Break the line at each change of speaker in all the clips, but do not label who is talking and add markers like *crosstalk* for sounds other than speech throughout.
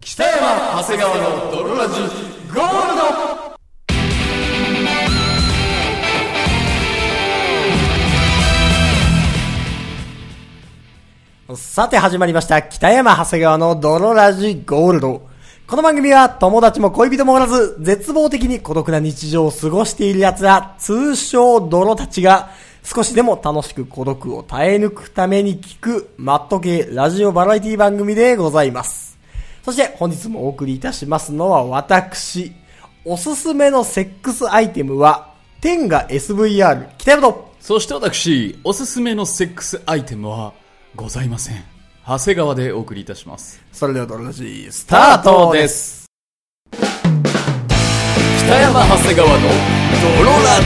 北山長谷川の泥ラジゴールド
さて始まりました、北山長谷川の泥ラジゴールド。この番組は友達も恋人もおらず、絶望的に孤独な日常を過ごしている奴ら、通称泥たちが、少しでも楽しく孤独を耐え抜くために聞く、マット系ラジオバラエティ番組でございます。そして本日もお送りいたしますのは私、おすすめのセックスアイテムは、天が SVR、北山と、
そして私おすすめのセックスアイテムはございません長谷川でお送りいたします
それでは泥ラジス
ス
タートです。
す北山長谷川の泥ラ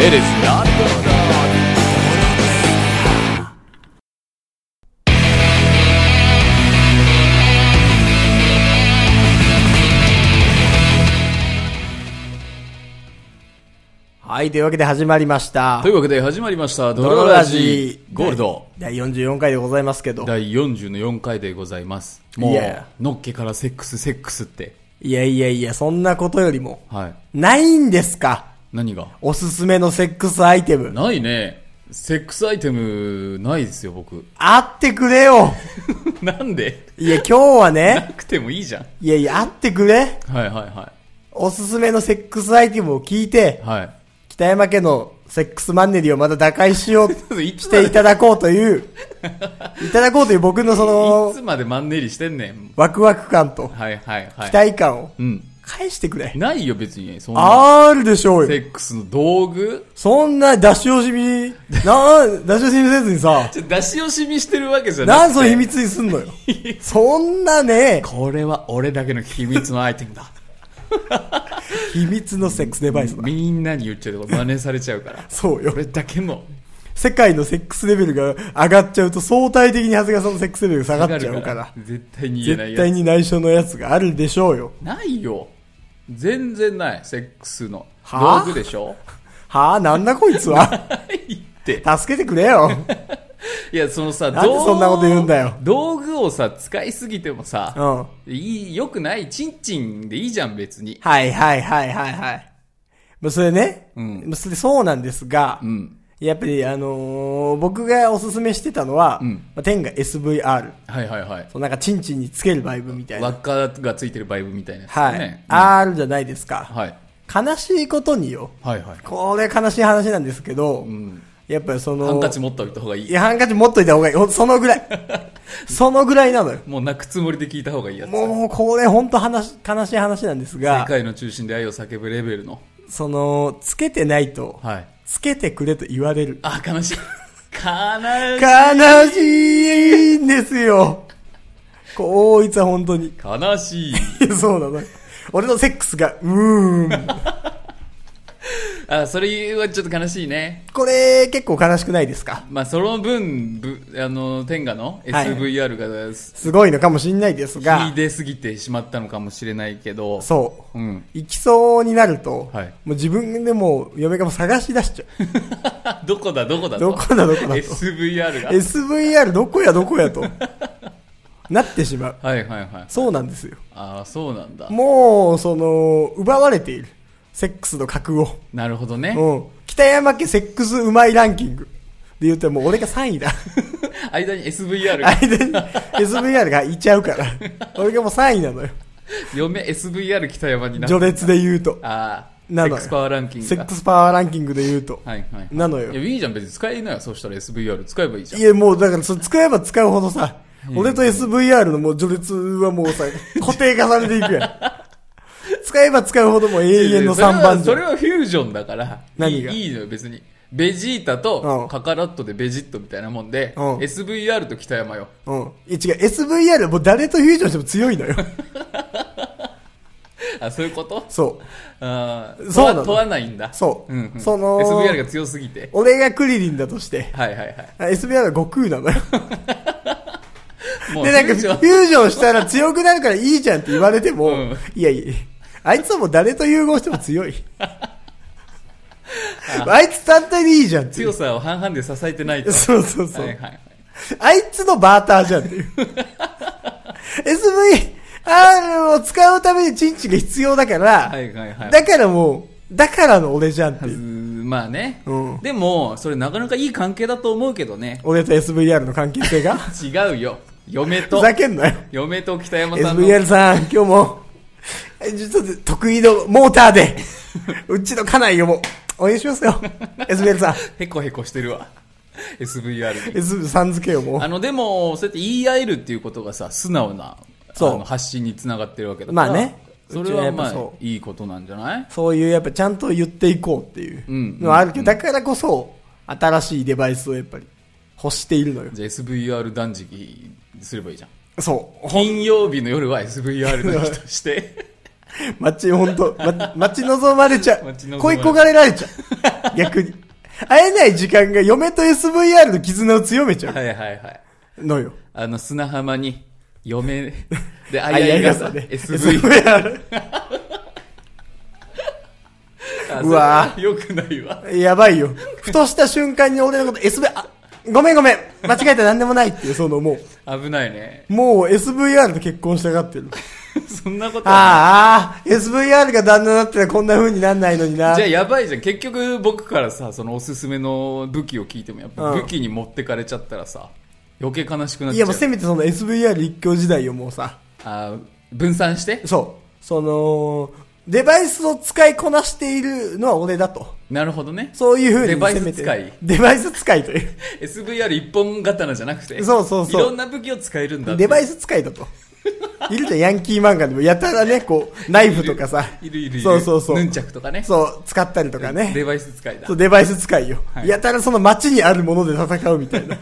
ジ It is not
はい、というわけで始まりました
とい。うわけで始まりました
ド
泥
ロ
ラ
ラ
ジ
ジ
ゴールド
第44回でございますけど。
第44回でございますもう、
いや
のっけからセックスセックスって
いやいやいや、そんなことよりも、
はい
ないんですか
何が
おすすめのセックスアイテム。
ないねセックスアイテムないですよ
*laughs*
僕
あってくれよ
なんで
い
*laughs*
や、今日は
な
ね、
くてもいいじゃん
いやいや、あってくれ
はいはいは
おすすめのセックスアイテムを聞いて
い、はい
北山家のセックスマンネリをまた打開しよう
*laughs* いつ
し
ま
て
で
いただこうと
*laughs*
いう、いただこうという僕のそ
いつ
の、
までマンネリしてんねん
ワクワク感と
はいはいはい
期待感を
うん
返してくれ。
ないよ別にそんな
あるでしょうよ
セ。ックスの道具
そんな出し惜しみ、な、出し惜しみせずに
*laughs*
さ、
ちょ出し惜しみしてるわけじゃ
な
なく
ん
て
その秘密にすん
*laughs*
のよ。そんなね、
これは俺だけの秘密のアイテムだ
秘密のセックス *laughs* デバイスだ。
みんなに言っちゃうと真似されちゃうから
そうよ。
俺だけの
世界のセックスレベルが上がっちゃうと相対的に長谷川さんのセックスレベルが下がっちゃうから、
絶対に言えない
絶
や
対
つ
に内緒のやつがあるでしょうよ。
ないよ全然ないセックスの
は
道
あ
具でしょ *laughs*
はぁ、なんだこいつは
ないって
助けてくれよ。
いやそのさ
なんで
道
そんなこと言うんだよ
道具をさ使いすぎても
う
さ、
ん。
いいよくないチンチンでいいじゃん別に
はいはいはいはいはい。まあそれね、
うん
まあそれそうなんですが、
うん
やっぱりあのー僕がおすすめしてたのは、
うん
まあ、天が SVR。
はいはいはい
そうなんかチンチンにつけるバイブみたい
輪
な。
っかがついてるバイブみたいなやつだ
はい。
ね、
R じゃないですか。
はい、
悲しいことによ。
はいはい
これ悲しい話なんですけど、
ん
やっぱりその、
ハンカチ持っておいた方がい
い
い
や、ハンカチ持っといた方がいい。ほんそのぐら
*laughs*
い。そのぐらいなのよ。
もう泣くつもりで聞いた方がいいやつだ
もう、これ本当話、悲しい話なんです
世
が、
界の中心で愛を叫ぶレベルの
その、つけてないと、
はい
つけてくれと言われる。
あ悲しい悲しい
悲しいんですよ。こいつは本当に。
悲しい。
いやそうなの。俺のセックスが、うーん。
あ、それはちょっと悲しいね。
これ、結構悲しくないですか
まあ、その分、ぶあの、天下の
はい
SVR がす
すごいのかもしんないです
秀
が、
で過ぎてしまったのかもしれないけど、。
そう
ん。
行きそうになると、
はい
もう自分でもう嫁がもう探し出しちゃ
どこだ、どこだ
う。
*laughs* と
どこだどこだと。
SVR が。
SVR どこやどこやと。なってしまう。
はいはいはい。
そうなんですよ。
ああ、そうなんだ。
もう、その、奪われている。セックスの格を。
なるほどね。
うん。北山家セックスうまいランキング。で言うともう俺が3位だ。
間に SVR が、
間に SVR がいちゃうから。俺がもう3位なのよ。
嫁 SVR 北山にな
序列で言うと。
ああ、セ
なの
ッ
よ
クスパワーランキング
セ
が
ック。スパワーランキングで言うと。
はいはい。
なのよ
いや、いいじゃん、別に使えなよ。そしたら SVR 使えばいいじゃん
い。や、もうだから、それ使えば使うほどさ、俺と SVR のもう序列はもう
*laughs*
さ、固定化されていくやん。使えば使うほどもう永遠の
いやいや
3番
そ
手。
れはそれはフュージョンだから。
何が
いいいいのよ、別に。ベジータ
う
と
ん
カカラットでベジットみたいなもんで、
うん
SVR と北山よ。
うん。いや違う、SVR はもう誰とフュージョンしても強いのよ。
あ、そういうこと
そう。
あー
そうなの
問わ問わないんだ。
そうん
ん
その
SVR が強すぎて。
俺がクリリンだとして、
はいはいはい。
あ SVR は悟空なのよ。
も
で、なん
フ
か
ュージョン
フュージョンしたら強くなるからいいじゃんって言われても、
うん
いやいや、あいつはもう誰と融合しても強い。あいつ単体でいいじゃんっていう
強さを半々で支えてないと。
そうそうそう。
はいはいはい。
あいつのバーターじゃんっていう。SV、 R を使うためにチンチンが必要だから、
はいはいはい。
だからもう、だからの俺じゃんって
うー
いう。
んまあね、
うん
でも、それなかなかいい関係だと思うけどね。
俺と SVR の関係性が。
違うよ。嫁
ふ
と、
ざけんなよ。
嫁と北山さんの
SVR さ
*laughs*
ん、今日も、えちょっと得意のモーター
*laughs*
で、うちの家内をもう応援しますよ。SVR さん、
へこへこしてるわ。SVR に。
SVR さん付けをも
あの、でも、そうやって言い合えるっていうことがさ、素直な、
そう
あの発信につながってるわけだから。
まあね
そ
う
れは
ちはや
ま
っぱ
あ
そ、、
いいことなんじゃないう
そういうやっぱちゃんと言っていこうっていう
うん
のはあるけど、だからこそ、新しいデバイスをやっぱり欲しているのよ。
じゃあ SVR 断食すればいいじゃん。
そう。ほん
金曜日の夜は SVR の日と
*laughs*
して。
待ち、ほんと、ま待ち望まれちゃう
*laughs* 待ち望。ま
恋
れ
焦がれられちゃ
*laughs*
う。逆に。会えない時間が嫁と SVR の絆を強めちゃ
はいはいはい。
うのよ。
あの、砂浜に、
*laughs*
嫁、で、あ
あ
いあい傘
傘
で、SVR。
*laughs* SVR。
あ
うわ
それは良くないわ。
やばいよ。ふとした瞬間に俺のこと SV、あ、ごめんごめん。間違えた何でもないっていう、 *laughs* そのも
危ないね。 *laughs*
う、もう SVR と結婚したがってる。
そんなことは
ああ、ああ、SVR が旦那だったらこんな風になんないのにな。
じゃあやばいじゃん。結局僕からさ、そのおすすめの武器を聞いても、やっぱ
うん
武器に持ってかれちゃったらさ、余計悲しくなっ
い
ちゃ
や
う。
もうせめてその SVR 一強時代をもうさ、
あ分散して
そう、その、デバイスを使いこなしているのは俺だと。
なるほどね。
そういう風に
デバイス
せめて
使い
デバイス使いという。
SVR 一本刀じゃなくて。
そうそうそう
いろんな武器を使えるんだって
デバイス使いだと。いるじゃん、ヤンキー漫画でも。やたらね、こう、ナイフとかさ。
いるいるいる。
そうそうそう。
ヌンチャクとかね。
そう、使ったりとかね。
デバイス使いだ
そう、。デバイス使いよ。
はい
やたらその街にあるもので戦うみたい
*laughs*
な。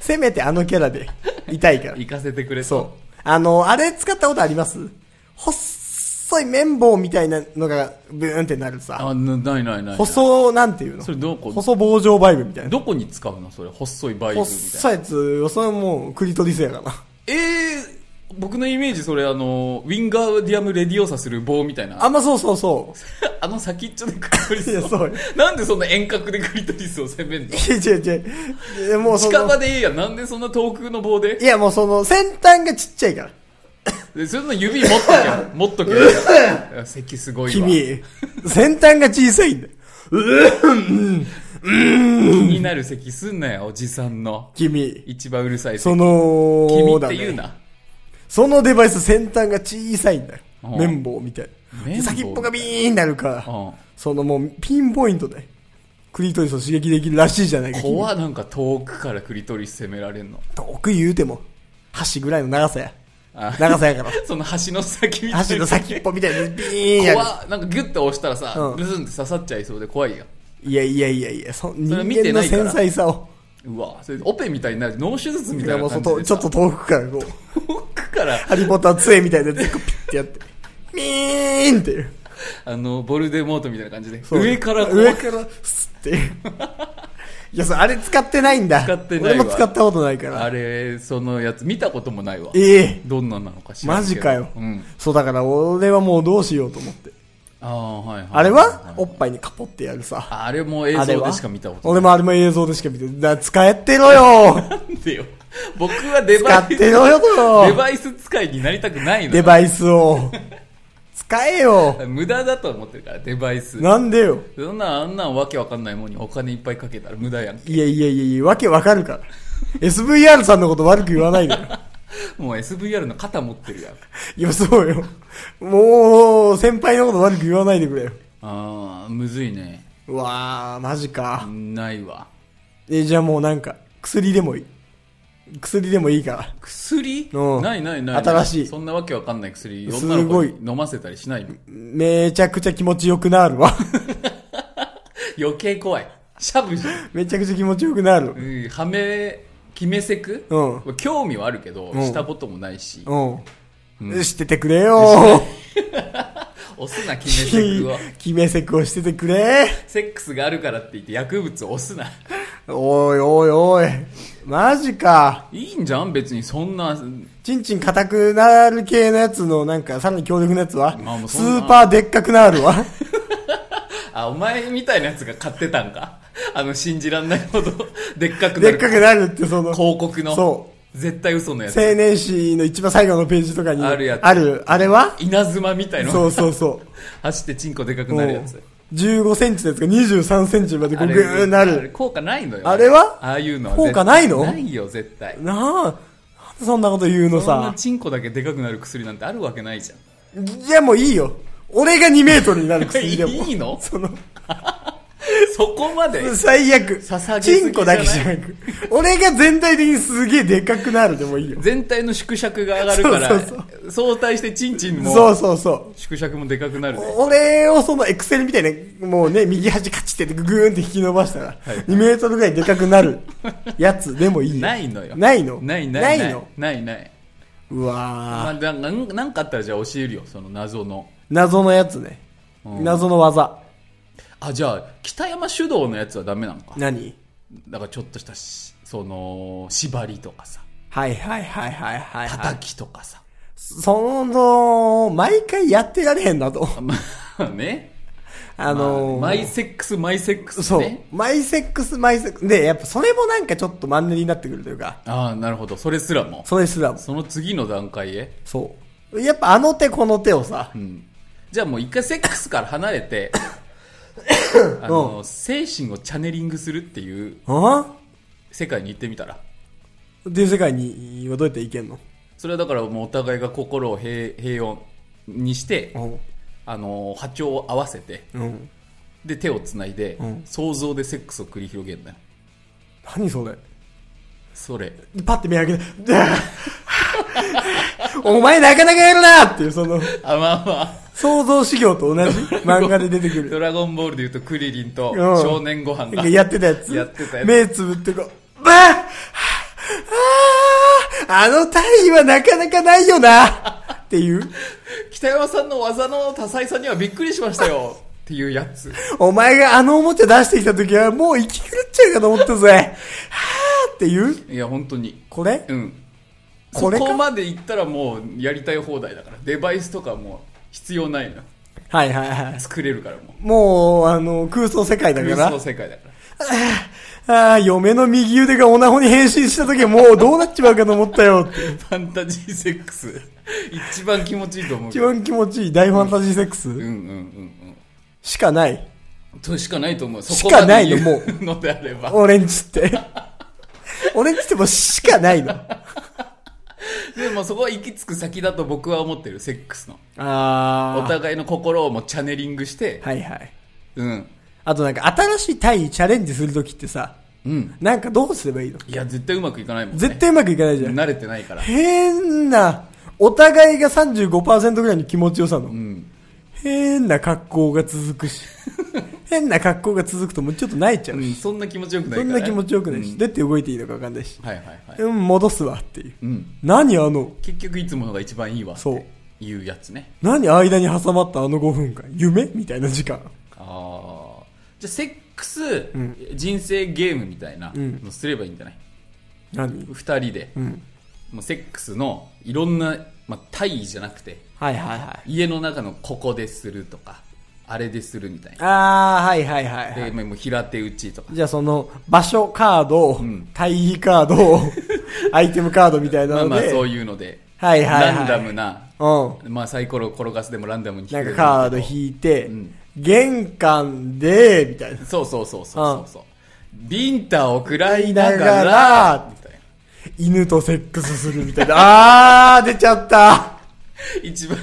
せめてあのキャラで、いたいから。
行かせてくれと
そう。あの、あれ使ったことあります細い綿棒みたいなのが、ブーンってなるさ。
あ、なないないない。
細、なんていうの
それどこ、
細棒状バイブみたいな。
どこに使うのそれ、細いバイブみたいな。
細いやつを、それはもう、クリトリスやからな。
えー、僕のイメージそれ、あの、ウィンガーディアムレディオサする棒みたいな。
あんまそうそうそう。
*laughs* あの先っちょでクリトリ
い
ス
やそ
を
うよ。
なんでそんな遠隔でクリトリスを攻めんの
いや違う違ういや。もうそ
近場
の、
でいいやん。なんでそんな遠くの棒で
いやもうその、先端がちっちゃいから。
でそれの指持っとけよ。
*laughs*
持っとけよ。いや咳すごいわ。気
君、先端が小さいんだよ。
になる咳すんなよ、おじさんの。
君。
一番うるさい咳。
その、
君って言う
だね
な。
そのデバイス先端が小さいんだよ。
うん
綿棒みたい
綿
な。
棒
先っぽがビーンになるか
うん
ら、そのもうピンポイントで、クリトリスを刺激できるらしいじゃないか。君
怖っなんか遠くからクリトリス攻められんの。
遠く言うても、箸ぐらいの長さや。
あ
長さや
*laughs*
から。
その橋の先みたいな。
箸の先っぽみたいにビーンやる。
怖っなんかギュッと押したらさ、
うん
ブズンって刺さっちゃいそうで怖いやん
いやいやいやいや、そ人
それ見
間
てな
の
いから
繊細さを。
うわそれオペみたいになる脳手術み
い
た
や
い
も
な
うそ
感
う
じ
と
で
ちょっと
と
遠くからこう。
遠くから
ハリーポッター杖みたいなやつでこうピッてやって、ミーンっていう。
あのボルデモートみたいな感じで
そう
上からこう
上から、スッて *laughs* いう。いや、そう、あれ使ってないんだ。
使ってないわ
俺も使ったことないから。
あれそのやつ見たこともないわ
ええ
どんなんなのか知らん
マ
けど
ジかよ、
うん、
そう、だから俺はもうどうしようと思って。
ああはいはい
あれは、お
お
っぱいにカポってやるさ。
あれも映
あれ
像
は
でしか見たこと
俺もあれも映像でしか見てない。だから使ってろ
*laughs*
よ
なんでよ僕はデ
使
バ
っ
イス
てろよ
デ
と
バイス使いになりたくないの
デ
よ
バイスを。使えよ
無駄だと思ってるからデバイス
なんでよ
そんなあんなんわけわかんないもんにお金いっぱいかけたら無駄やん
いやいやいやいや、わけわかるから。SVR さんのこと悪く言わないでよ。
*laughs* もう SVR の肩持ってるやん。
いや、そうよ。もう、先輩のこと悪く言わないでくれよ。
あー、むずいね。
うわー、マジか。
ないわ。
え、じゃあもうなんか、薬でもいい。薬でもいいから。
薬
うん
ないないない。
新しい
そんなわけわかんない薬、
す
女の
ご
子
い
に飲ませたりしないの。 *laughs*
めちゃくちゃ気持ちよくなるわ。 *laughs*
余計怖い。しゃぶじゃん。
めちゃくちゃ気持ちよくなる。
うん、はめ、決めせく
う
興味はあるけど、
うん
したこともないし。
うん。
うん
しててくれよ
押すな、決めせくを。
*laughs* 決めセクをしててくれ
セックスがあるからって言って薬物を押すな。
おいおいおい。マジか。
いいんじゃん別にそんな、
ちんちん硬くなる系のやつのなんかさらに強力なやつは、
まあもう
ス
そんな
ーパーでっかくなるわ。
*laughs* あ、お前みたいなやつが買ってたんか。あの、信じらんないほど、でっかくな
で
*laughs*
っ
る。
かくなるってその、
広告の。
そう。
絶対嘘のや
青
つ。
年誌の一番最後のページとかに。
あるやつ
あるあれは
稲妻みたいな。
そうそうそ
走ってチンコでか
う。
*laughs* くなるやつ。
15センチのやつが23センチまでこ
あ
うぐ
れ
ーな
あれ
る。
効果ないのよ。
あれは
ああいうのは
効
絶
果
対
ないの
ないよ、絶対。
なあ、なんでそんなこと言うの
そんな
さ。
チンコだけでかくなる薬なんてあるわけないじゃん。
いやもういいよ。俺が2メートルになる薬でも。
*laughs* いいの
その、
そこまで
最悪
捧げ。すぎじゃない
チンコだけじゃなく。俺が全体的にすげえでかくなるでもいいよ。
全体の縮尺が上がるから、
そうそう
相対してチンチン
そう
も
そうそう。
縮尺もでかくなるね。
俺をそのエクセルみたいな、もうね、右端カチってグーンって引き伸ばしたら、2メートルぐらいでかくなるやつでもいいよ。
ないのよ。
ないの
ないないない。
の
ないない。
う
ま
わ
あ、
ー
ななんなんかあったらじゃあ教えるよ、その謎の。
謎のやつね。
うん
謎の技。
あ、じゃあ、北山主導のやつはダメなのか。
何
だからちょっとしたし、その、縛りとかさ、
はいはいはいはいはい、はい。
叩きとかさ。
その、毎回やってられへんな *laughs* と。
まあ *laughs* ね。
あのー
まあマイセックス、マイセックス
そう
ね。。
マイセックス、マイセックス。で、やっぱそれもなんかちょっとマンネリになってくるというか、
ああ、なるほど。それすらも。
それすらも。
その次の段階へ。
そう。やっぱあの手この手をさ
う、ん。じゃあもう一回セックスから離れ *laughs* て、あの、精神をチャネリングするっていう
うん
世界に行ってみたら。
っていう世界にはどうやっていけんの
それはだからもうお互いが心を平平穏にして、
うん。
あの、波長を合わせて、
うん。
で、手をつないで、
うん
想像でセックスを繰り広げるんだよ。
何それ
それ。
パッて目開けて、 *laughs* でお前なかなかやるなっていう、その、
あ、まあまあ。
想像修行と同じ漫画で出てく
ド
る。
ラゴンボールで言うとクリリンと
うん
少年ご飯
な
が
んか。やってたやつ。
やってたやつ
目つぶってこう、ばあああの体位はなかなかないよなっていう。
北山さんの技の多彩さにはびっくりしましたよ。
*laughs*
っていうやつ。
お前があのおもちゃ出してきた時はもう息狂っちゃうかと思ったぜ。はあっていう。
いや、本当に。
これ
うん。
これ
そこ
か
までいったらもうやりたい放題だから。デバイスとかもう必要ないのよ。
はいはいはい。
作れるからもう。
もう、あの、空想世界だか
ニュ
ら
ースの。世界だから。
ああ、嫁の右腕がオナホに変身した時はもうどうなっちまうかと思ったよって。
ファンタジーセックス。 *laughs* 一番気持ちいいと思うけ
一
ど。
番気持ちいい大ファンタジーセックス、
うんうんうん
しかない。
うん。としかないと思う。そ
し
こ
か
ま
な
で
いの
言
もう
う *laughs* のであれば。
俺んちって。俺んちってもうしかないの。あ
でもそこは行き着く先だと僕は思ってる、セックスの。お
あ。
互いの心をもうチャネリングして、
はいはい。
うん。
あとなんか新しい体位チャレンジするときってさ、
うん。
なんかどうすればいいの
いや、絶対うまくいかないもんね。
絶対うまくいかないじゃん。
慣れてないから。
変な、お互いが35%ぐらいの気持ちよさの、
うん。
変な格好が続くし、変な格好が続くともうちょっと泣いちゃ
う
うし、
ん、そんな気持ちよく
そ
ないから
ん
ね。
な気持ちよくないし、
うん
どうやって動いていいのか分かんないし、
はいはいはい。
うん、戻すわっていう。
うん。
何あの、
結局いつものが一番いいわ。
そう。
いうやつね。
何間に挟まったあの5分間、夢みたいな時間。
ああ。じゃあ、セックス、
ん
人生ゲームみたいな
うん
のすればいいんじゃない
何
二、人で、
うん。
もうセックスのいろんな、まあ、体位じゃなくて、
はいはいはい。
家の中のここでするとか、あれでするみたいな。
あー、はいはいはい、は
で、
い。
まあもう平手打ちとか。
じゃあその、場所カード、
ん
体位カー
*laughs*
ド、アイテムカードみたいな
まあ
ので、
まあ、そういうので、
はいはいはい
ランダムな、
うん。
まあ、サイコロを転がすでもランダムに引
なん
く
か
でも
カ
い
ー
いけど
ド引いて、
うん
玄関で、みたいな。
そうそうそうそうそうそう。ビンタを食らいなが
食らいなが
ら
ら、
みたいな。
犬とセックスするみたいな。
*laughs*
あー、出ちゃった。
一番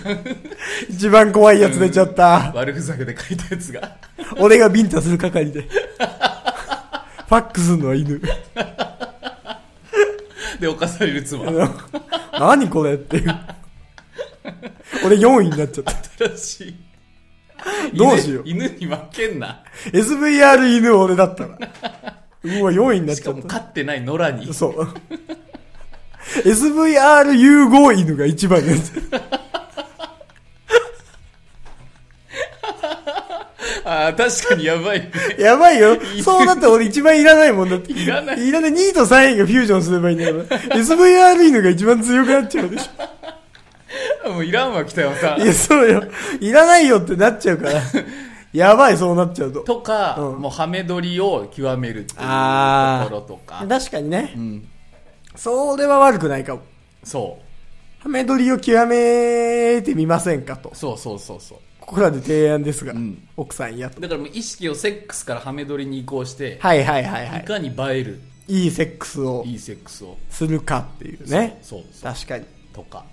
一番怖いやつ出ちゃった。
悪ふざけで書いたやつが。
俺がビンタする係で。ファックスのは犬。
で、犯される
あ
妻。
の何これっていう。俺4位になっちゃった。
新しい。
どうしよう
犬犬に負けんな。
SVR 犬俺だったら。うわ、4位になっち
し
ゃ
か
っ
も
た。
飼ってない野良に。
そう。SVRU5 犬が一番になっちゃった。
ああ、確かにやばいね。 *laughs*
やばいよ。そうなったら俺一番いらないもんだって。
いらない
いらない。2位と3位がフュージョンすればいいんだから。SVR 犬が一番強くなっちゃうでし
もういらんわ、北山さ
ょ。いや、
ん。
そうよ。いらないよってなっちゃうから。やばい、そうなっちゃうと。
とか、
うん
もうハメ撮りを極めるっていうとこ
あー
ろとか。
確かにね
う。ん。
それは悪くないかも。
そ
ハメ撮りを極めてみませんかと
う。そうそうそうそう
ここらで提案ですが、
うん
奥さんやと。
だからもう意識をセックスからハメ撮りに移行して、
はいはいはいはい
い、。かに映える
いいセックスを
いいセックスを
するかっていうね。
そうそう
確かに。
とか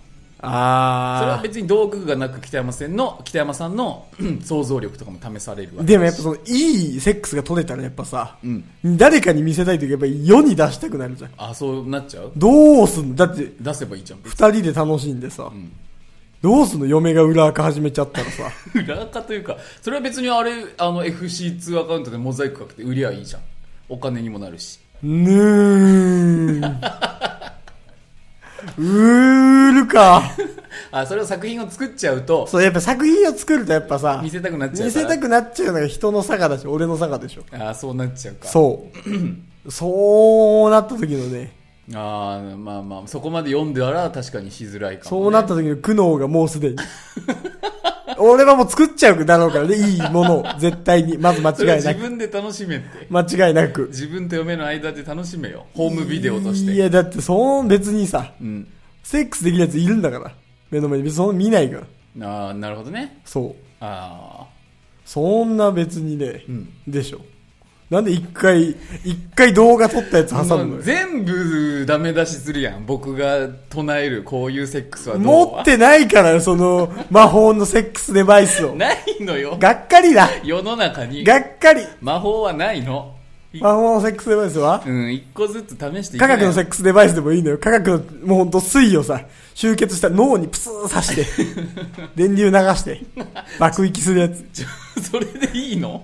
それは
あ
別に道具がなく北山さんの北山さんのうん想像力とかも試されるわ
あ。
け
でもやっぱその、いいセックスが取れたらやっぱさ、
うん
誰かに見せたいというかやっぱ世に出したくなるじゃん。
あそうなっちゃう
どうすんのだって、
出せばいいじゃん別
二人で楽しんでさ、
ん
どうすんの嫁が裏垢始めちゃったら *laughs* さ、
に裏垢というかそれは別にあれあの FC2 アカウントでモザイクかけて売りゃいいじゃんお金にもなるし *laughs*
ぬーん。うーるか。
あそれを作品を作っちゃうと
そう、やっぱ作品を作るとやっぱさ、
見せたくなっちゃう
見
から
せたくなっちゃうのが人の差がだし、俺の差がでしょ。
あそうなっちゃうか
そう。
*clears throat*
そうなった時のね、
あーまあまあそこまで読んだら確かにしづらいかも、ね、
そうなった時の苦悩がもうすでに。 *laughs* 俺はもう作っちゃうだろうからね、いいものを。絶対に。まず間
それは
違いな
自
く。
分で楽しめって
間違いなく。
自分と嫁の間で楽しめよホームビデオとして
いや、だって、その別にさ、
うん
セックスできるやついるんだから。目の前に。別にその見ないから。
ああなるほどね
そう。
あ
そんな別にね、
ん
でしょ。なんで一回、一回動画撮ったやつ
あ
挟むのよ。
全部ダメ出しするやん僕が唱えるこういうセックスはどうは
持ってないからよ、その、魔法のセックスデバイスを。
*laughs* ないのよ
がっかりだ。
世の中に
がっかり。
魔法はないのい
魔法のセックスデバイスは
うん一個ずつ試してい
科学のセ
ッ
ックスデバイスでもいいのよ。科学の、もうほんと水をさ、集結した脳にプスー刺
*laughs*
して、電流流して、爆撃するやつ。
クスそれでいいの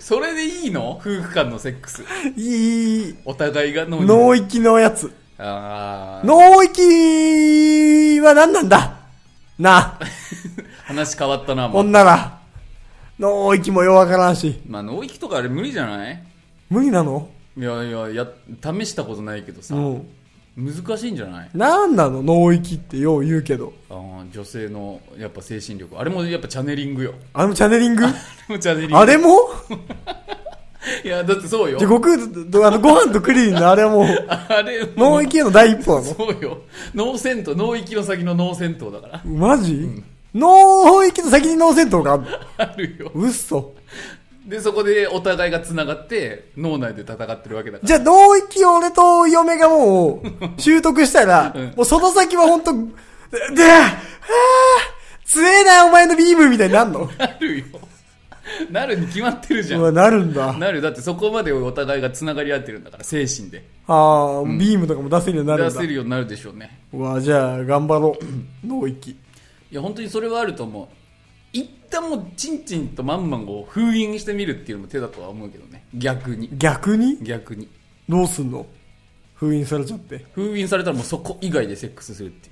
それでいいの夫婦間のセックス
いい、
お互いが脳に
脳域のやつ。
ああ
脳域は何なんだなあ、
*laughs* 話変わったなもう
女ら。脳域もようわからんし。
まあ脳域とかあれ無理じゃない
無理なの
いやいやや試したことないけどさ、
うん。
難しいんじゃない
何なの脳域ってよう言うけど。
あー女性のやっぱ精神力あれもやっぱチャネリングよ
*laughs* あのチャネリング
でもチャネリング
あれも
いやだってそうよ
じゃ、悟空と、あの、ご飯とクリリンのあれはもう、
あれ
脳域への第一歩なの
そうよ脳戦闘脳域の先の脳戦闘だから *laughs*
マジ、脳域の先に脳戦闘があんの
あるよ
嘘。
でそこでお互いが繋がって脳内で戦ってるわけだから
じゃあ、脳域を俺と嫁がもう、習得したら、
*laughs* うん
もうその先は本当で、で、あー強えな、お前のビームみたいになんの
なるよなるに決まってるじゃ
うんわ、なるんだ。
なるよだってそこまでお互いが繋がり合ってるんだから精神で
ああ、ビームとかも出せるようになる
出
んだ
せ。るようになるでしょうね
うわ、じゃあ、頑張ろう。脳域。
いや本当にそれはあると思う一旦もうチンチンとマンマンを封印してみるっていうのも手だとは思うけどね逆に
逆に
逆に
どうすんの封印されちゃって。
封印されたらもうそこ以外でセックスするって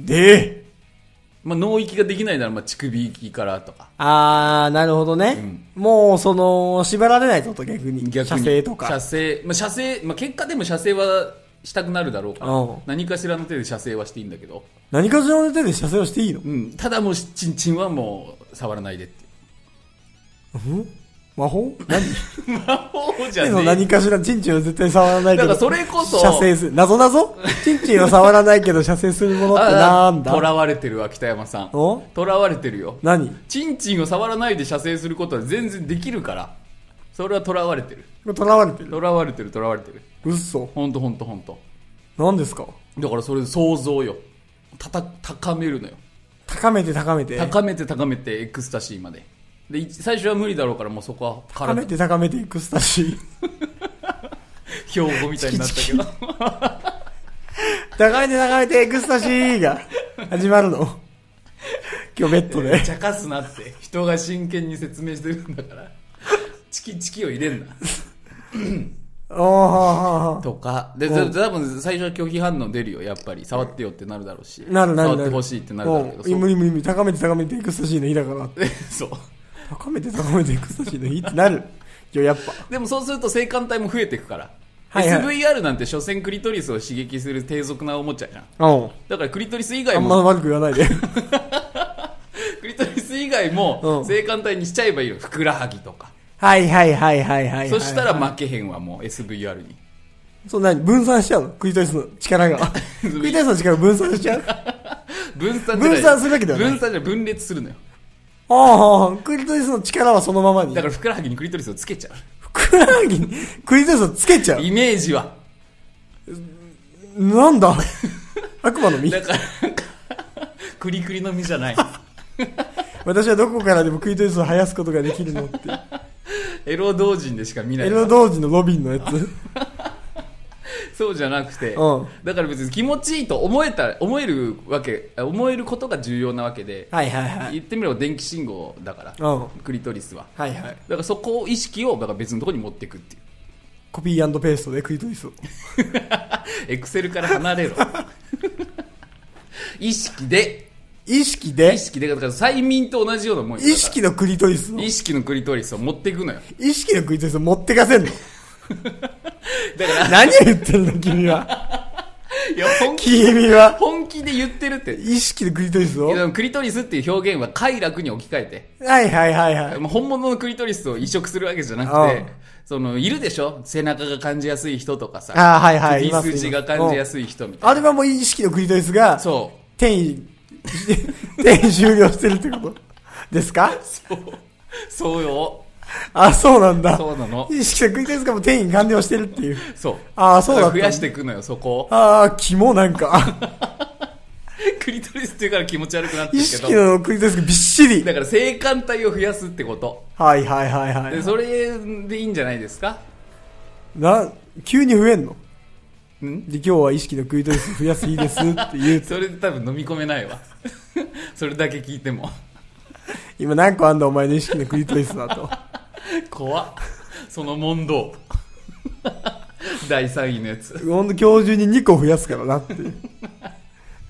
いう、
で
まあ、脳域ができないならまあ乳首域からとか
ああ、なるほどね。もう、その、縛られないぞと、逆に。
逆
射
に
精とか
射。精、まあ、射精、まあ、結果でも射精はしたくなるだろうから
うん
何かしらの手で射精はしていいんだけど、
何かしらの手で射精をしていいの
うん、ただもうチンチンはもう触らないでっていう
魔法何
*laughs* 魔法じゃ
でも
ね
何かしら、チンチンは絶対触らないけど。
だからそれこそ
射精する。謎謎チンチンは触らないけど、射精するものってなん
と
だ
らわれてるわ北山さん
お
とらわれてるよ
何
チンチンを触らないで射精することは全然できるからそれはとらわれてる
囚われてる。
とらわれてるとらわれてる
嘘。
ほんとほんとほんと
何ですか
だからそれ想像よたた高めるのよ
高めて高めて。
高めて高めてエクスタシーまででい最初は無理だろうからもうそこは
高め
体
て高めていくスタシー。
標語みたいになったけ
*laughs*
ど
高めて高めてエクスタシーが始まるの。今日ベッドで。
茶化すなって人が真剣に説明してるんだからチキチキを入れんな
おーはーはーはー
とかで
う
で
ん
多分最初は拒否反応出るよやっぱり触ってよってなるだろうし
なるなるなる。
触ってほしいってなるだろうけど
うん無理無理無理。高めて高めてエクスタシーの日だから。
*laughs* そうそう
高めて高めてエクスタシーの日ってなる。今日やっぱ。
でもそうすると性感帯も増えていくから、
はいはい
SVR なんて所詮クリトリスを刺激する低俗なおもちゃじゃん
うん。
だからクリトリス以
あ
外
んま
も
悪く言わないで。
クリトリス以外
う
も
ん
性感帯にしちゃえばいいよふくらはぎとか
はいはいはいはいはいはい。
そしたら負けへんわもう SVR に
そんなに分散しちゃうのクリトリスの力が。
*laughs*
クリトリスの力分散しちゃうあ
分散じゃない
分散するわけではない
分散じゃない分裂するのよ
あ、クリトリスの力はそのままに。
だからふくらはぎにクリトリスをつけちゃう
ふくらはぎにクリトリスをつけちゃう。
イメージは
なんだ悪魔の実
だからクリクリの実じゃない
私はどこからでもクリトリスを生やすことができるのって。
エロ同人でしか見な
エ
い
ロ同時のロビンのやつ。
そうじゃなくて、
うん
だから別に気持ちいいと思えた思えるわけあ思えることが重要なわけで、
はいはいはい。
言ってみれば電気信号だから、
うん。は
クリトリスはい
はい。
だからそこを意識をだから別のところに持っていくっていう
コピーペーストでクリトリスを。
エクセルから離
*laughs*
れろ意識で
意識で
意、識でだから催眠と同じようなもんよだから
意識のクリトリスを。
意識のクリトリスを持っていくのよ
意識のクリトリスを持ってかせんの。
だから
何を言ってんの君は。
*laughs* いや本気
君は。
本気で言ってるって
意識のクリトリスを。
い
は
やでもクリトリスっていう表現は快楽に置き換えて
いはいはいはい。
まあ本物のクリトリスを移植するわけじゃなく
うん
て、その、いるでしょ背中が感じやすい人とかさ。
あーはいはいいます
首筋が感じやすい人みたい
あれはもう意識のクリトリスが
な。、そ
転移、 *laughs* 転移終了してるってことですか
う。そうよ。
あ、そうなんだ。
そうなの
意識のクリトリスがもう転移完了してるっていう。
そう。
あーそうだった
増やしていくのよ、そこを。
あー、肝なん
*laughs*
か。
クリトリスっていうから気持ち悪くなって
意
る
識
けど。
のクリトリスがびっしり。
だから性感帯を増やすってこと。
はいはいはいは
で、
い。
それでいいんじゃないですか
な、急に増えんの
ん
で、今日は意識のクリトリス増やすいいですって言うと。
それで多分飲み込めないわ。 *laughs* それだけ聞いても。
今何個あんだお前の意識のクリトリスだと。
怖っその問答。 *laughs* 第3位のやつ。
ほんと今日中に2個増やすからなっていう。っ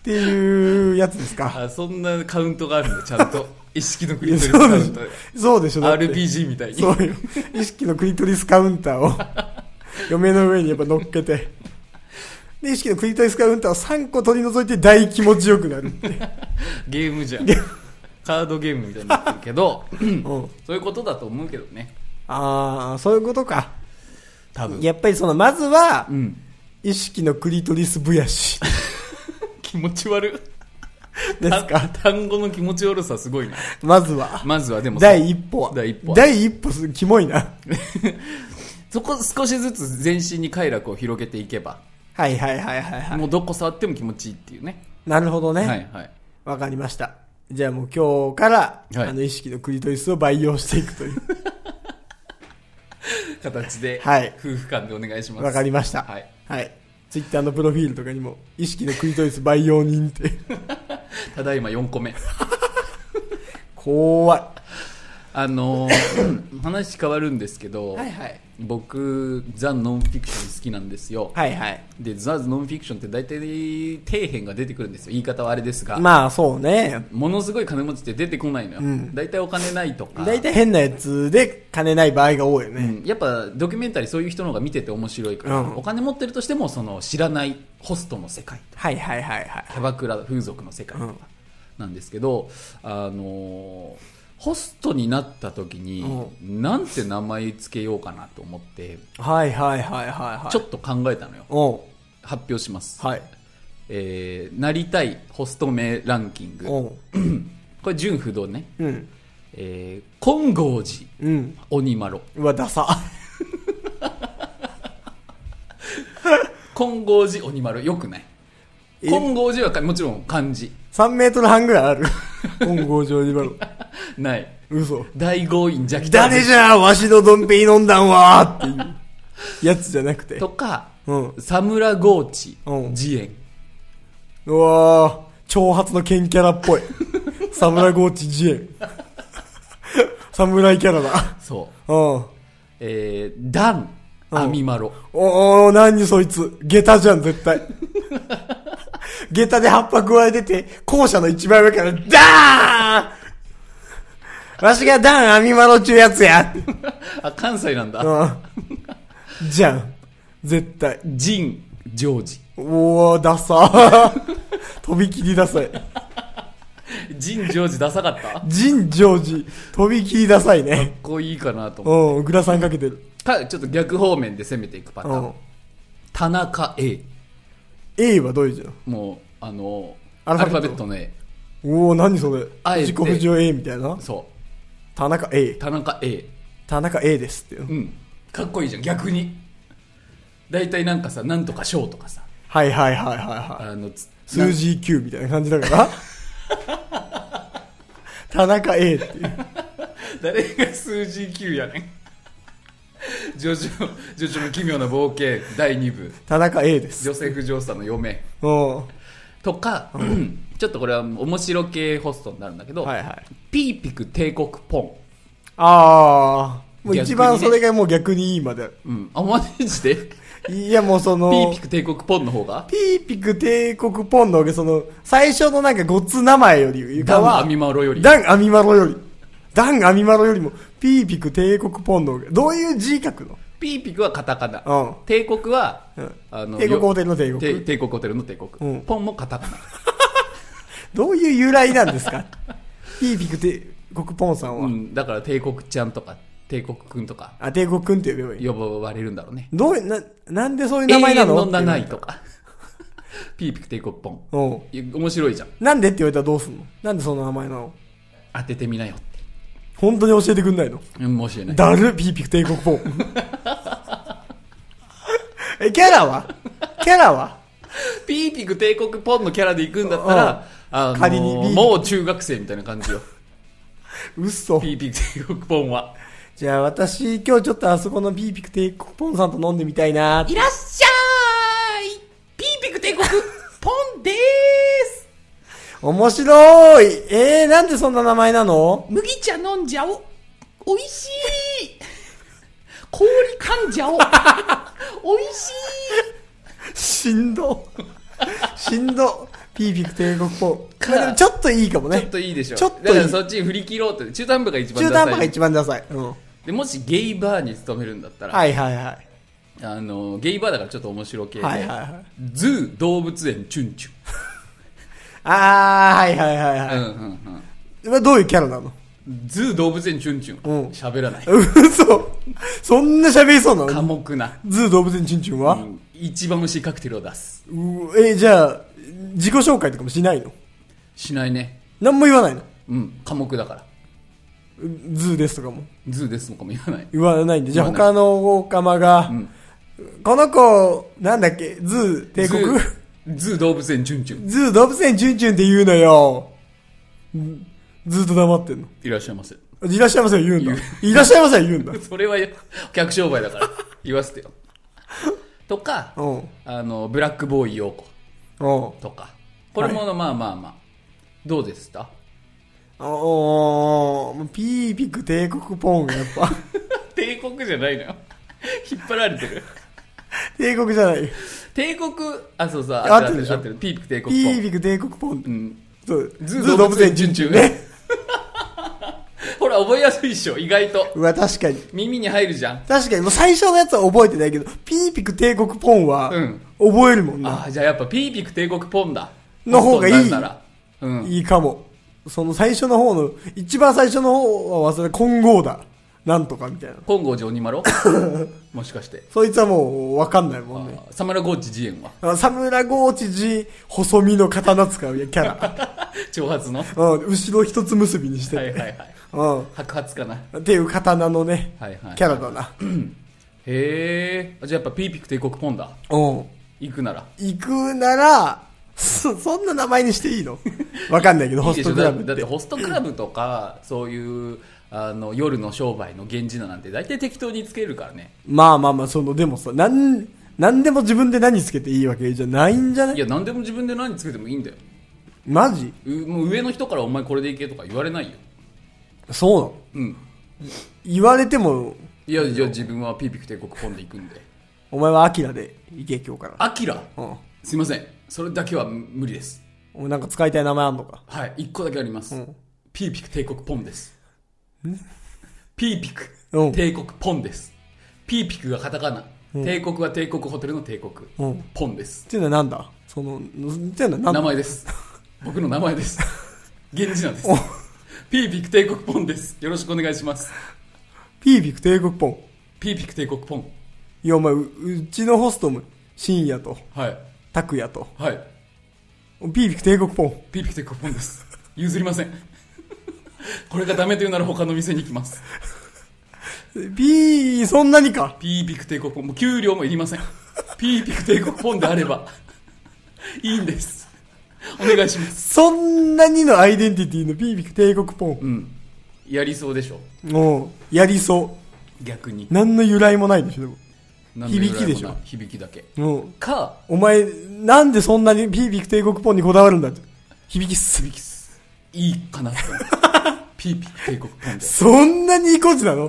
ていうやつですか。
あそんなカウントがあるんだちゃんと意識のク
い
リ
や
トリス
そ
カ
う
ウ
で
ン
し
ト
ょ。そうでしょ。だって。
RPG みたいに
そうよ。意識のクリトリスカウンターを嫁の上にやっぱ乗っけて。で、意識のクリトリスカウンターを3個取り除いて大気持ちよくなるっていう。
ゲームじゃんカードゲームみたいになってるけど *clears throat*
うん。
そういうことだと思うけどね
ああ、そういうことか。
多分
やっぱりその、まずは
う、ん
意識のクリトリスブヤ
*laughs*
シ
気持ち悪
です
た
か。
単語の気持ち悪さすごいな
まずは。
まずはでも
第一歩は。
第一歩は
第一歩す、キモいな。
そこ少しずつ全身に快楽を広げていけば、
はいはいはいはいは
もうどこ触っても気持ちいいっていうね
い。なるほどね。
はいはい
わかりました。じゃあもう今日から、
はい
あの意識のクリトリスを培養していくと
*laughs*
いう。
形で、
はい
夫婦間でお願いします
わかりました。
はい。
はい。ツイッターのプロフィールとかにも、意識のクリトリス培養人って。
*laughs* ただいま4個目
怖い。
あの
*laughs*
ー話変わるんですけど、
はいはい。
僕ザ・ノンフィクション好きなんですよ、
はいはい。
でザ・ノンフィクションって大体底辺が出てくるんですよ言い方はあれですが、
まあそうね。
ものすごい金持ちって出てこないのよ、
ん
大体お金ないとか
大体変なやつで金ない場合が多いよね。
うんやっぱドキュメンタリーそういう人の方が見てて面白いから、
うん
お金持ってるとしてもその知らないホストの世界
はいはいはいはい。
キャバクラ風俗の世界とかなんですけど、あのーホストになった時に、なんて名前つけようかなと思って、
はいはいはいはいはい。
ちょっと考えたのよ。
おう
発表します。
はい。
えー、なりたいホスト名ランキング。
おう
これ、純不動ね。
うん。
えー、金剛寺、
うん。
鬼丸。
うわ、ダサ。 *laughs*
金剛寺、鬼丸。よくない
え
金剛寺はかもちろん漢字。
3メートル半ぐらい *laughs* ある。本郷上にバロ。
ない。
嘘。
大強引じゃき
誰じゃわしのドンペイ飲んだんわーっていうやつじゃなくて。
とか、
うん。
サムラゴーチ
う、ん
ジエン。
うわー、挑発の剣キャラっぽい。 *laughs* サムラゴーチ自 *laughs* 衛。サムライキャラだ。
そ
う
う。
ん。お
えー、ダン、
うん
アミマロ。 *laughs*
おー、何そいつ。下駄じゃん、絶対。下駄で葉っぱ加えてて、校舎の一番上から、ダーンわしがダン網丸中やつや。
あ、関西なんだ。
うん。じゃん。絶対。
ジン、ジョージ。
おー、ダサ *laughs* ー。飛び切りダサい。
ジン、ジョージダサかったかっ
ジン、ジョージ、飛び切りダサいね。
こいいかなと思
うん、グラサンかけてる。
う。か、ちょっと逆方面で攻めていくパタ
う
ーン
ん。。
田中 A
A はどういう字なの
もうあの
ア
ア
ル
ル
フ
フ
ァ
ァ
ベ
ベ
ッ
ッ
ト
トの A
おお何それ
あえて
自己不条 A みたいな
そ
田中 A
う田中 A
田中 A ですってよ
うんかっこいいじゃん逆に大体なんかさなんとか賞とかさ
はいはいはいはいはい
あのつ
数字9みたいな感じだから田中 A っていう
誰が数字9やねんジョジョジョジョの奇妙な冒険第2部
田中 A です
ジョセフ・ジョースターの嫁
うん
とか、 *clears throat* ちょっとこれは面白系ホストになるんだけど、
はいはい
ピーピク帝国ポ
ああもう
逆にね
一番それがもう逆にいいまで
ン、うん、あマ
*laughs*
ジで
いやもうそ
ピ
の
ーピク帝国ポンの方が
ピーピク帝国ポンのその、最初のなんかごっつ名前より
ダ
か
ン・ア
は、
ミマロより
ダン・アミマロより、ダン・アミマロよりも、ピーピク帝国ポンのどういう字書くの
ピーピクはカタカナ、
うん
帝国は、
うん
あの
帝国ホテルの帝
よ
国
帝帝国ホテルの帝国、
うん
ポンもカタカナ
どういう由来なんですかピーピク帝国ポンさんは。
うん、だから帝国ちゃんとか帝国くんとか
あ、帝国くんって呼べばいい。
呼ばれるんだろうね
どういう、な、なんでそういう名前なの
永遠の7位とか *laughs* ピーピク帝国ポン
うん。
いや面白いじゃん
なんでって言われたらどうすんのなんでその名前なの
当ててみなよって
本当に教えてくんないの
うん申し訳ない
だる、ピー *laughs* ピク帝国ポン。え、キャラはキャラは
ピーピク帝国ポンのキャラで行くんだったら、あの
仮にピーピク
もう中学生みたいな感じよ。 *laughs*
嘘
ピーピク帝国ポンは。
じゃあ私、今日ちょっとあそこのピーピク帝国ポンさんと飲んでみたいな。
いらっしゃーいピーピク帝国ポンでーす
面白いえー、なんでそんな名前なの
麦茶飲んじゃおおいしい氷噛んじゃ *laughs* おおいしい
しんど。しんど。ピーピク帝国ポン。
か
まあでもちょっといいかもね。
ちょっといいでしょ。
ちょっといい
だからそっちに振り切ろうって。中途半端が一番
中
ダ
途
サい。
半端が一番ダサい。うん。
で、もしゲイバーに勤めるんだったら、
はいはいはい。
あの、ゲイバーだからちょっと面白系で、
はいはいはい
ズー動物園チュンチュン。
あー、はいはいはいは
う
い
んうんうん。
まあ。どういうキャラなの
ズー動物園チュンチュ
うん
ン。喋らない。
嘘。そんな喋りそうな
寡
の
黙な。
ズー動物園チュンチュン
う
は、
ん一番美味しいカクテルを出す。
うーえー、じゃあ、自己紹介とかもしないの
しないね。
何も言わないの
うん。寡黙だから。
ズーですとかも。
ズーですとかも言わない。
言わないんで。じゃあ
言わ
他
な
の王様が、
ん
この子、なんだっけ、ズー帝国
ズーズー動物園チュンチュン。
ズー動物園チュンチュンって言うのよ。んずっと黙ってんの。
いらっしゃいませ。
いらっしゃいませよ、言うんだ。いらっしゃいませよ、言うんだ。
それはよ客商売だから。言わせてよ。とか、
うん。
あの、ブラックボーイ陽子
うん。
とか。これも、まあまあまあ。どうでした
おー、ピーピク帝国ポンがやっ
*laughs*
ぱ、
帝国じゃないのよ。 *laughs* 引っ張られてる。
帝国じゃないよ。
帝国、あ、そうそう、
合ってるでしょ
合ってる。ピーピク帝国
ピ
ポン
ーピク帝国ポン
う。ん。
そう
ズー動物園チュンチュン。
ね。
ほら、覚えやすいっしょ、意外と。
うわ、確かに。
耳に入るじゃん。
確かに、もう最初のやつは覚えてないけど、ピーピク帝国ポンは
うん、
覚えるもんな。
ああ、じゃあやっぱピーピク帝国ポンだ。
の方がいい
ポンとなるなら。うん。
いいかも。その最初の方の、一番最初の方は忘れ、混合だ。なんとかみたいな。
コンゴジョニマロ
*laughs*
もしかして。
そいつはもう、わかんないもんね。
あーサムラゴーチジエンは。 *laughs*
あサムラゴーチジ、細身の刀使うキャ
*laughs*
ラ。
挑発の。は
うん、後ろ一つ結びにし
い
て
はい
て。
はい。白髪かな。
うん。っていう刀のね、
はいはい。
キャラだな。
へえ。あじゃあやっぱピーピク帝国ポンだ。
うん。
行くなら。
行くなら、そ、そんな名前にしてい
*laughs*
いのわかんないけど、
い
ホ
いで
ス
し
ト
ょ
ク
だ
ラブ
って
っ
だって
て。
ホストクラブとか、そういう、あの、夜の商売の源氏名なんて大体適当につけるからね。
まあまあまあ、その、でもさ、なん、なんでも自分で何つけていいわけじゃないんじゃないい
や、何でも自分で何つけてもいいんだよ。
マジ
うもう上の人からお前これでいけとか言われないよ。
そうなの
うん。
言われても、
いや、いや自分はピーピク帝国ポンで行くんで。
お前はアキラで行け、今日から。
アキラ
うん。
すいません。それだけは無理です。
お前なんか使いたい名前あんのか
はい。一個だけあります。
うん
ピーピク帝国ポンです。ピーピ
うん
ク帝国ポンです。ピーピクがカタカナ。帝国は帝国ホテルの帝国。
うん
ポンです
っ。ていうのはなんだその、っていうのはなん
名
だ
前 *laughs* です。僕の名前です。源氏名です。ピーピク帝国ポンです。よろしくお願いします。
ピーピク帝国ポン。
ピーピク帝国ポン。
いや、お前、ううちのホストも、深夜と、
はい。
拓也と、
はい。
ピーピク帝国ポン。
ピーピクテコポンです。譲りま *laughs* せん。これがダメと言うなら他の店に行きます。
ピー、そんなにか。
ピーピク帝国ポン、もう給料もいりません。ピーピク帝国ポンであれば、いいんです。お願いします。
そんなにのアイデンティティのピーピク帝国ポン。
うん。やりそうでしょ。
もう、やりそ
逆に
う。。何の由来もないでしょ、でも。
何の由来もない
響きでしょ
響きだけ。
もう、
か、
お前、なんでそんなにピーピク帝国ポンにこだわるんだって。響きっす。
響きすいいかなって。
*laughs*
ピーピク帝国ポン
そんなにいこちなの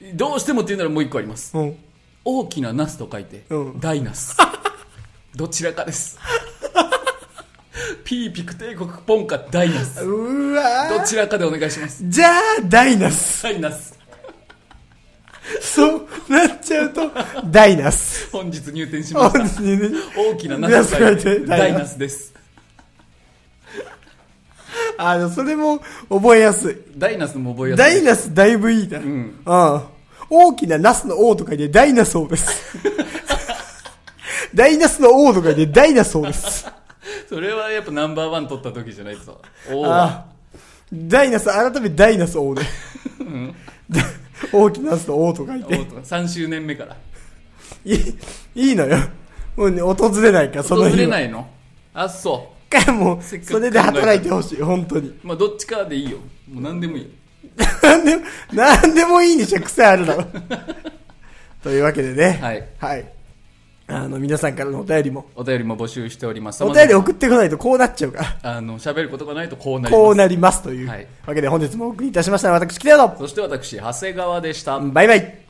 で。どうしてもって言うならもう一個あります。
うん。
大きなナスと書いて、
うん
大
*laughs*
ナス。どちらかです。ピーピク帝国ポンか大ナス。
うわ
どちらかでお願いします。
じゃあ、ダイナス。
大ナス。
そうなっちゃうと、ダイナス。
本日入店しま
本 *laughs*
した。
当にね。
大きなナスと書い
ナス書い
て、
て
大ナスです。
あの、それも覚えやすい。
大ナスも覚えやすい。。
ダイナスだいぶいいな。うん大きなナスの王とかでダイナソーです。 *laughs* ダイナスの王とかでダイナソーです。
それはやっぱナンバーワン取った時じゃないと。おー
あダイナス、改めてダイナス王で。だ大きなナスの王と書い
お
て
ー。とか3周年目から。
いい、いいのよ。もうね、訪れないから、その
訪
日は。
れないのあ、そ
か、もう、
せっかく
それで働いてほしい、本当に。
う。まあ、どっちかでいいよ。もう何でもいい。
なんでも、なんでもいいにしちゃ癖あるだ
*laughs*
ろ。というわけでね。
はい。
はい。あの、皆さんからのお便りも。
お便りも募集しております。
お便り送ってこないとこうなっちゃうから。
あの、喋ることがないとこうなります。
こうなりますという。
はい
わけで本日もお送りいたしましたのは私、北野
そして私、長谷川でした。
の。バイバイ。